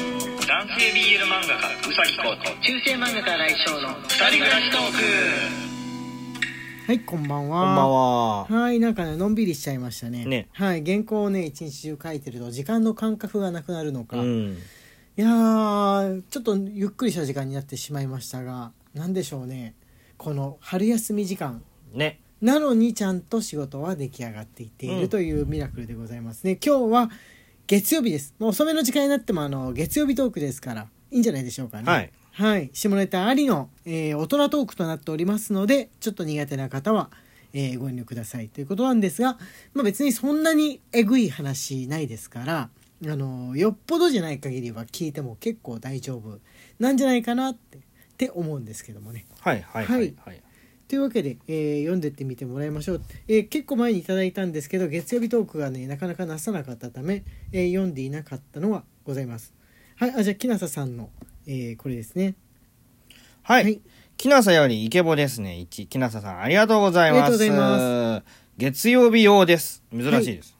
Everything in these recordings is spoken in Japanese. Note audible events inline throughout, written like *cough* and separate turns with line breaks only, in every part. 男性 BL 漫画家うさぎこと
中世漫画家来翔の
二人暮らしトーク
はいこんばんは
こんばんは。
はいなんかねのんびりしちゃいましたね
ね
はい原稿をね一日中書いてると時間の感覚がなくなるのか、
う
い
ん。
やーちょっとゆっくりした時間になってしまいましたが何でしょうねこの春休み時間
ね。
なのにちゃんと仕事は出来上がっていっているというミラクルでございますね、今日は月曜日ですもう遅めの時間になってもあの月曜日トークですからいいんじゃないでしょうかね
はい、
はい下ネタありの、えー大人トークとなっておりますのでちょっと苦手な方は、えーご遠慮くださいということなんですが、まあ、別にそんなにえぐい話ないですからあのよっぽどじゃない限りは聞いても結構大丈夫なんじゃないかなってって思うんですけどもね
はいはいはいはい。
というわけで、えー読んでってみてもらいましょう、えー結構前にいただいたんですけど月曜日トークがねなかなかなさなかったため、えー読んでいなかったのはございますはいあじゃあ木なささんの、えーこれですね
はい。
はい
きなさよりイケボですね。一きなささんありがとうございます。
ありがとうござい
月曜日用です。珍しいです。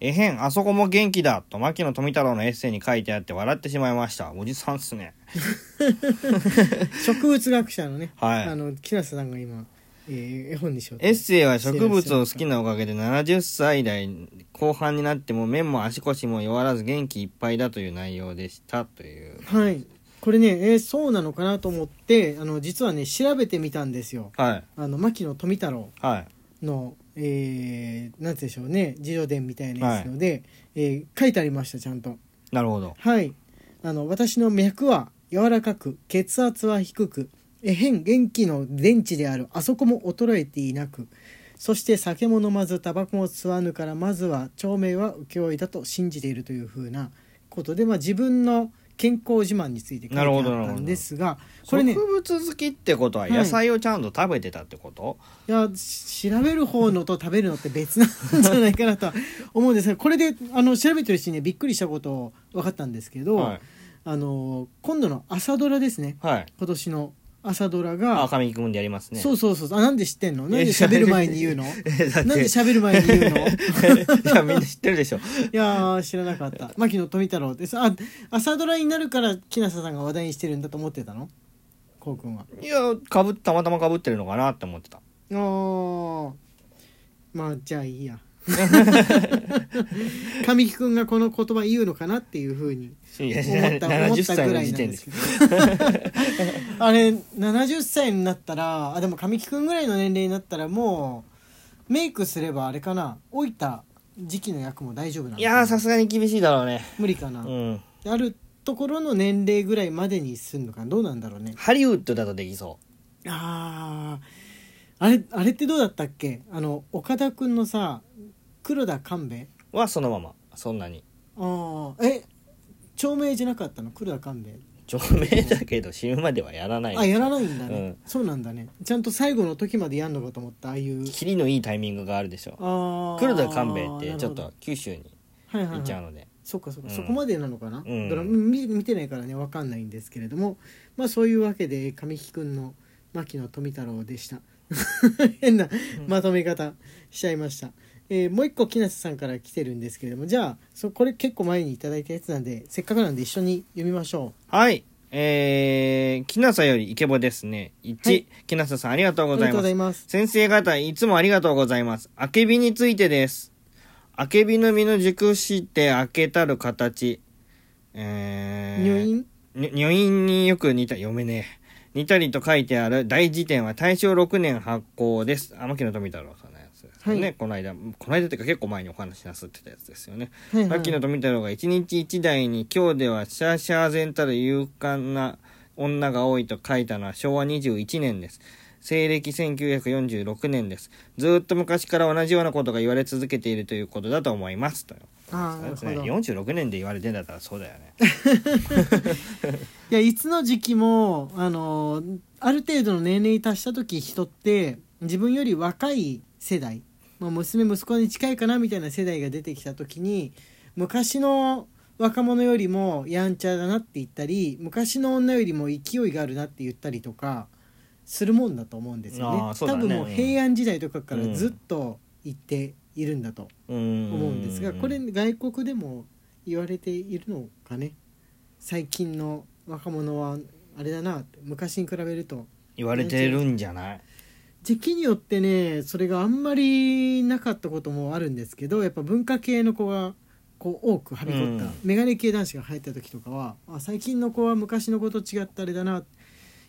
えへん、あそこも元気だと牧野富太郎のエッセイに書いてあって笑ってしまいました。おじさんっすね。
植物学者のね、
*laughs* はい
あの木なささんが今、えー絵本にしようと
エッセイは植物を好きなおかげで70歳代後半になっても目も足腰も弱らず元気いっぱいだという内容でしたという。
はいこれね、えーそうなのかなと思ってあの実はね調べてみたんですよ
はい。
あの牧野富太郎
はい。
の、えー、なんて言うんでしょうね自叙伝みたいなやつので、えー書いてありましたちゃんと
なるほど。
はいあの私の脈は柔らかく血圧は低くえ変元気の電池であるあそこも衰えていなくそして酒も飲まずタバコも吸わぬからまずは長命は請負いだと信じているというふうなことで、まあ、自分の健康自慢について書いてあ
なるほどな
っ
る
た
ほど
んですがこ
植
れね
物好きってことは野菜をちゃんと食べてたってこと、
いやし調べる方のと食べるのって別なんじゃないかなとは思うんですがこれであの調べてるうちにねびっくりしたこと分かったんですけど、
はい
あの今度の朝ドラですね
はい
今年の朝ドラ
あ
が、
赤身くんでやりますね *laughs*
そううそうそうあなんで知ってんのなんで喋る前に言うの
だって
なんで喋る前に言うのい
*laughs* いやみんな知ってるでしょ
やー知らなかった牧野富太郎ですあ朝ドラになるから木下さんが話題にしてるんだと思ってたのこうくんはい
やかぶたまたまかぶってるのかなって思ってた
あーまあじゃあいい
*laughs*
や神木君がこの言葉言うのかなっていうふうに
いや
思った思っ
70
た
歳
ぐ
の
らい
時
なんで
点です
けどあれ70歳になったらあでも神木君ぐらいの年齢になったらもうメイクすればあれかな老いた時期の役も大丈夫なの
いやーさすがに厳しいだろうね
無理かな、
うん
あるところの年齢ぐらいまでにすんのかなどうなんだろうね
ハリウッドだとできそ
あああれあれってどうだったっけあの岡田君のさ黒田勘兵衛
うはそのままそんなに
ああえ長命じゃなかったの黒田勘兵衛
著名だけど死ぬまではやらない
あやらないんだね、
うん
そうなんだねちゃんと最後の時までやんのかと思ったああいう
キリのいいタイミングがあるでしょ
ああ
黒田官兵衛っ
な
て
る
ちょ
ほ
っ
ど
と九州に
はいはい、
行っ
は
ちゃう
い、
ので
そっかそっか、
うん
そこまでなのかな、
うん
ドラマ見見てないからねわかんないんですけれどもまあそういうわけで神木君の牧野富太郎でした *laughs* 変なまとめ方しちゃいました、えーもう一個木梨さんから来てるんですけれどもじゃあそこれ結構前にいただいたやつなんでせっかくなんで一緒に読みましょ
はい。えー、きなさよりイケボですね。
は
1
い、
きなささんありがとう
う
ござ
ありが
い
とう
ま
ござい
す。
ます
先生方、いつもありがとうございます。あけびについてです。あけびの実の熟して開けたる形。えー、
入院
に女院によく似た、読めねえ。似たりと書いてある大辞典は大正6年発行です。あ、牧野富太郎さんのやつですよね。
はい
この間、この間っていうか結構前にお話しなすってたやつですよね。
はいは
牧野
い
富太郎が一日一台に今日ではシャーシャー然たる勇敢な女が多いと書いたのは昭和21年です。西暦1946年です。ずーっと昔から同じようなことが言われ続けているということだと思います。という
あーなる
ね、
ほど
46年で言われてんだったらそうだよね。
いやいつの時期もあのある程度の年齢に達した時人って自分より若い世代、まあ、娘息子に近いかなみたいな世代が出てきた時に昔の若者よりもやんちゃだなって言ったり昔の女よりも勢いがあるなって言ったりとかするもんだと思うんですよね
あーそうだ
多
ね
分もう平安時代とかから
うん
ずっと言っているんだと
思
思うんですが、これ外国でも言われているのかね最近の若者はあれだなって昔に比べると
言われてるんじゃない
時期によってねそれがあんまりなかったこともあるんですけどやっぱ文化系の子がこう多くはびこった、
うん
メガネ系男子が入った時とかはあ最近の子は昔の子と違ったあれだな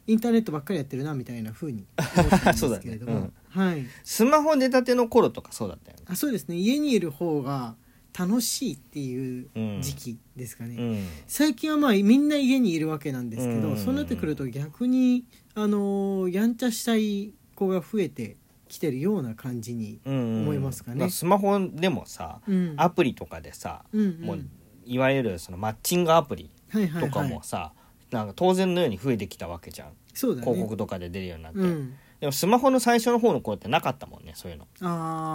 インターネットばっかりやってるなみたいな風に思ったんですけれど
*laughs* そう
も、
だね
はい、
スマホ出たての頃とかそうだったよね
あそうですね家にいる方が楽しいっていう時期ですかね、
うん
最近はまあみんな家にいるわけなんですけど、
うん
そうなってくると逆にあのーやんちゃしたい子が増えてきてるような感じに、
うんうん
思いますかね
あスマホでもさ、
うん
アプリとかでさ、
うんうん
もういわゆるそのマッチングアプリ
はいはいはい
とかもさ、なんか当然のように増えてきたわけじゃん、
そうだね
広告とかで出るようになって、
うん、
でもスマホの最初の方の頃ってなかったもんねそういうの
あ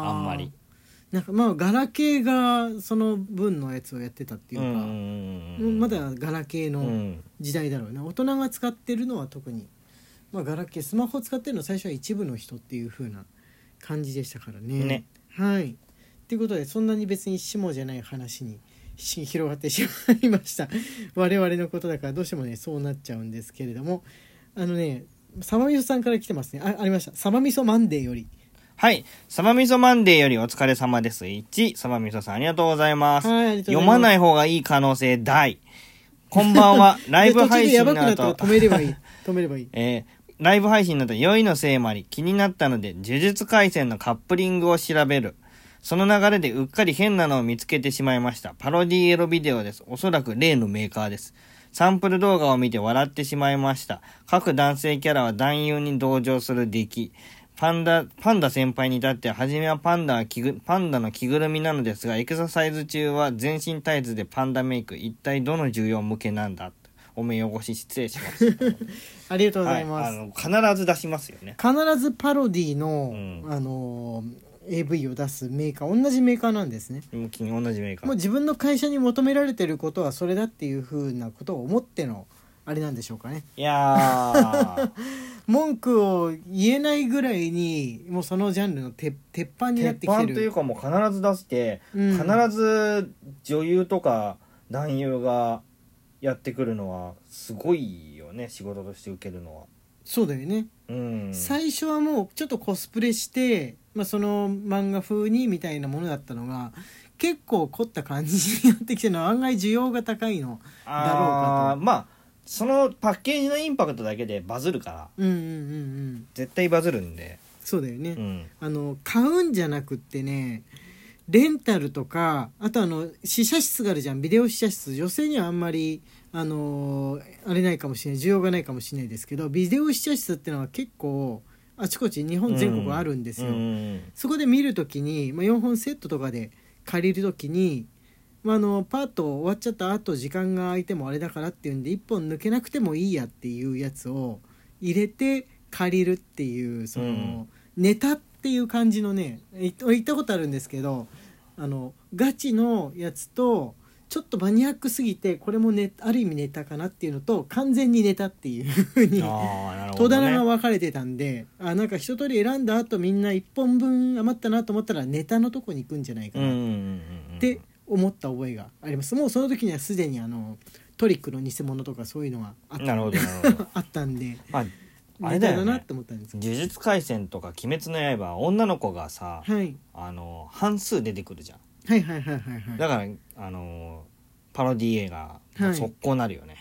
あ
あんまり
なんかまあガラケーがその分のやつをやってたっていうか、
うん
まだガラケー
う
の
ん
時代だろうね、大人が使ってるのは特に、まあ、ガラケースマホ使ってるの最初は一部の人っていう風な感じでしたからね。
ね
はいということでそんなに別に下じゃない話にし広がってしまいました *laughs* 我々のことだからどうしてもねそうなっちゃうんですけれどもあのねサバみそさんから来てますねあありましたサバみそマンデーより
はい「サバみそマンデー」よりお疲れ様です1サバみそさんありがとうございます
はいありがとうござい
読
ます
まない方がいい可能性大こんば
*laughs*
んはライブ配信
で途
の
中でやばくな
後
ったら止めればいい止めればいい
えーライブ配信など良いのせいもあり気になったので呪術廻戦のカップリングを調べるその流れでうっかり変なのを見つけてしまいましたパロディエロビデオですおそらく例のメーカーですサンプル動画を見て笑ってしまいました各男性キャラは男優に同情する出来パンダ、パンダ先輩に至っては、初めはパンダは着ぐ、パンダの着ぐるみなのですが、エクササイズ中は全身タイツでパンダメイク、一体どの重要向けなんだお目汚し失礼しました。
ありがとうございます、
はい、あの必ず出しますよね。
必ずパロディの、
うん
あのー AV を出すメーカー同じメーカーなんですね
もう君同じメーカー。
もう自分の会社に求められてることはそれだっていうふうなことを思ってのあれなんでしょうかね
いや
*laughs*
ー
文句を言えないぐらいにもうそのジャンルの鉄鉄板になって
鉄
きて
板
る
というかもう必ず出して、
うん
必ず女優とか男優がやってくるのはすごいよね仕事として受けるのは。
そうだよね、
うん。
最初はもうちょっとコスプレして、まあ、その漫画風にみたいなものだったのが結構凝った感じになってきてるのは案外需要が高いのだろう
あ
か
ーまあそのパッケージのインパクトだけでバズるから
うんうんうんうん
絶対バズるんで。
そうだよね、
うん。
あの買うんじゃなくってねレンタルとかあとあの試写室があるじゃんビデオ試写室女性にはあんまりあのーあれないかもしれない需要がないかもしれないですけどビデオ試写室ってのは結構あちこち日本全国あるんですよ、
うん
そこで見るときに、まあ、4本セットとかで借りるときに、まあ、あのパート終わっちゃった後時間が空いてもあれだからっていうんで1本抜けなくてもいいやっていうやつを入れて借りるっていうその、
うん
ネタっていう感じのねい行ったことあるんですけどあのガチのやつとちょっとマニアックすぎてこれもネある意味ネタかなっていうのと完全にネタっていうふうに
あーなるほ
戸
ど、ね。
棚が分かれてたんであなんか一通り選んだ後みんな1本分余ったなと思ったらネタのとこに行くんじゃないか
うんう
な
ん
っ
うんうん。
て思った覚えがあります、もうその時にはすでにあのトリックの偽物とかそういうのはあっ
なるほどなるほど。
あったんで
まああれだよ
ネタだなっ
ね
て。思ったんですけ
呪術廻戦とか「鬼滅の刃」女の子がさ、
ど、はい、
あの半数出てくるじゃん
はいはいはいはいはい
だからあのパロディ映画
はい
速攻なるよね、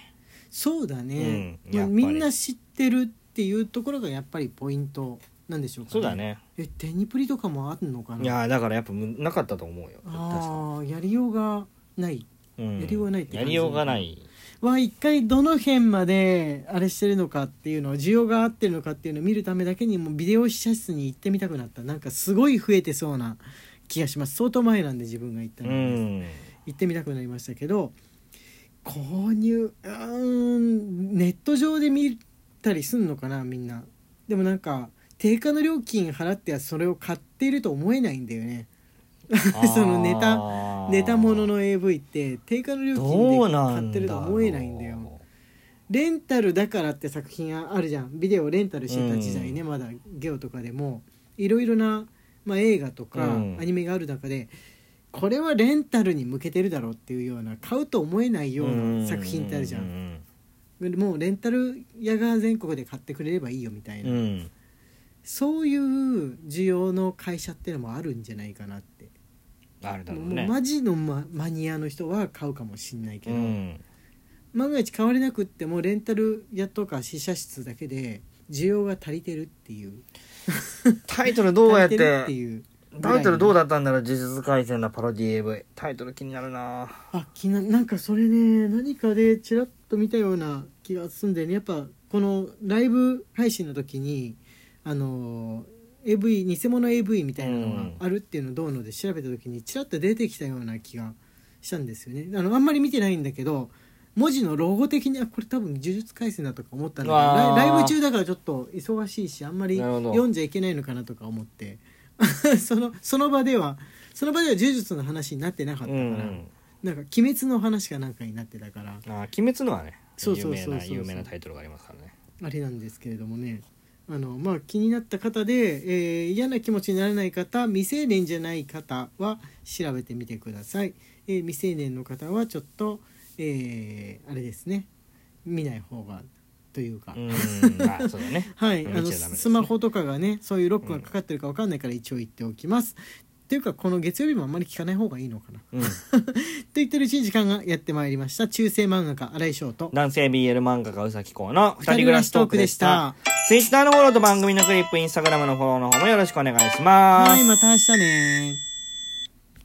そうだね、
うんやっぱり
みんな知ってるっていうところがやっぱりポイントなんでしょうか、
そうだね
えテニプリとかもあるのかない
やーだからやっぱむなかったと思うよ確か
あーやりようがない
に、うん
やりようがないって感じ
やりようがない
は一回どの辺まであれしてるのかっていうのを需要が合ってるのかっていうのを見るためだけにもうビデオ試写室に行ってみたくなったなんかすごい増えてそうな気がします相当前なんで自分が行った
う
ので、
ん
行ってみたくなりましたけど購入うーんネット上で見たりすんのかなみんなでもなんか定価の料金払ってはそれを買っていると思えないんだよね *laughs* *laughs* そのネタ
タ
ネタものの AV って定価の料
ど
金
う
で
な
買
んだろう
ってるとは思えないんだよレンタルだからって作品あるじゃんビデオをレンタルしてた時代ね、まだゲオとかでもいろいろな、まあ、映画とか
うん
アニメがある中で、これはレンタルに向けてるだろうっていうような買うと思えないような作品ってあるじゃ
うんん
もうレンタル屋が全国で買ってくれればいいよみたい
うん
な、
うん
そういう需要の会社ってのもあるんじゃないかなって、
あるだろう
もう
ね
マジのママニアの人は買うかもしんないけ
う
ど、
ん
万が一買われなくってもレンタル屋とか試写室だけで需要が足りてるっていう
タイトルどうやっ
足りるって
て
いう
タイトルどう
だ
だったんだろう呪術廻戦のパロディ AV タイトル気になるな
あきななんかそれね何かでちらっと見たような気がするんだよねやっぱこのライブ配信の時にあの AV 偽物 AV みたいなのがあるっていうのどうので調べた時にちらっと出てきたような気がしたんですよねあのあんまり見てないんだけど文字のロゴ的にはこれ多分呪術廻戦だとか思ったんだけど
うわー
ライライブ中だからちょっと忙しいしあんまり
なるほど
読んじゃいけないのかなとか思って *laughs* そのその場ではその場では呪術の話になってなか
う
ったから、
ん
なんか鬼滅の話かなんかになってたから
あー鬼滅のはね
そう
有
そう
名
そうそう
な有名なタイトルがありますからね
あれなんですけれどもねあのまあ気になった方で、えー嫌な気持ちにならない方未成年じゃない方は調べてみてください、えー未成年の方はちょっと、えーあれですね見ない方がというか、
うんまあそうだ *laughs* ね
はい、
見
あ
ちゃダメ
の
ですね
スマホとかがねそういうロックがかかってるかわかんないから一応言っておきます。っていうかこの月曜日もあんまり聞かない方がいいのかな。
うん
と言ってるうちに時間がやってまいりました中世漫画家荒井翔と
男性 BL 漫画家うさきこうの二
二
人
人
暮
暮
ら
ら
し
しト
トー
ー
ク
ク
で
で
し
したた
Twitter のフォローと番組のクリップ Instagram のフォローの方もよろしくお願いします、
はいまた明日ね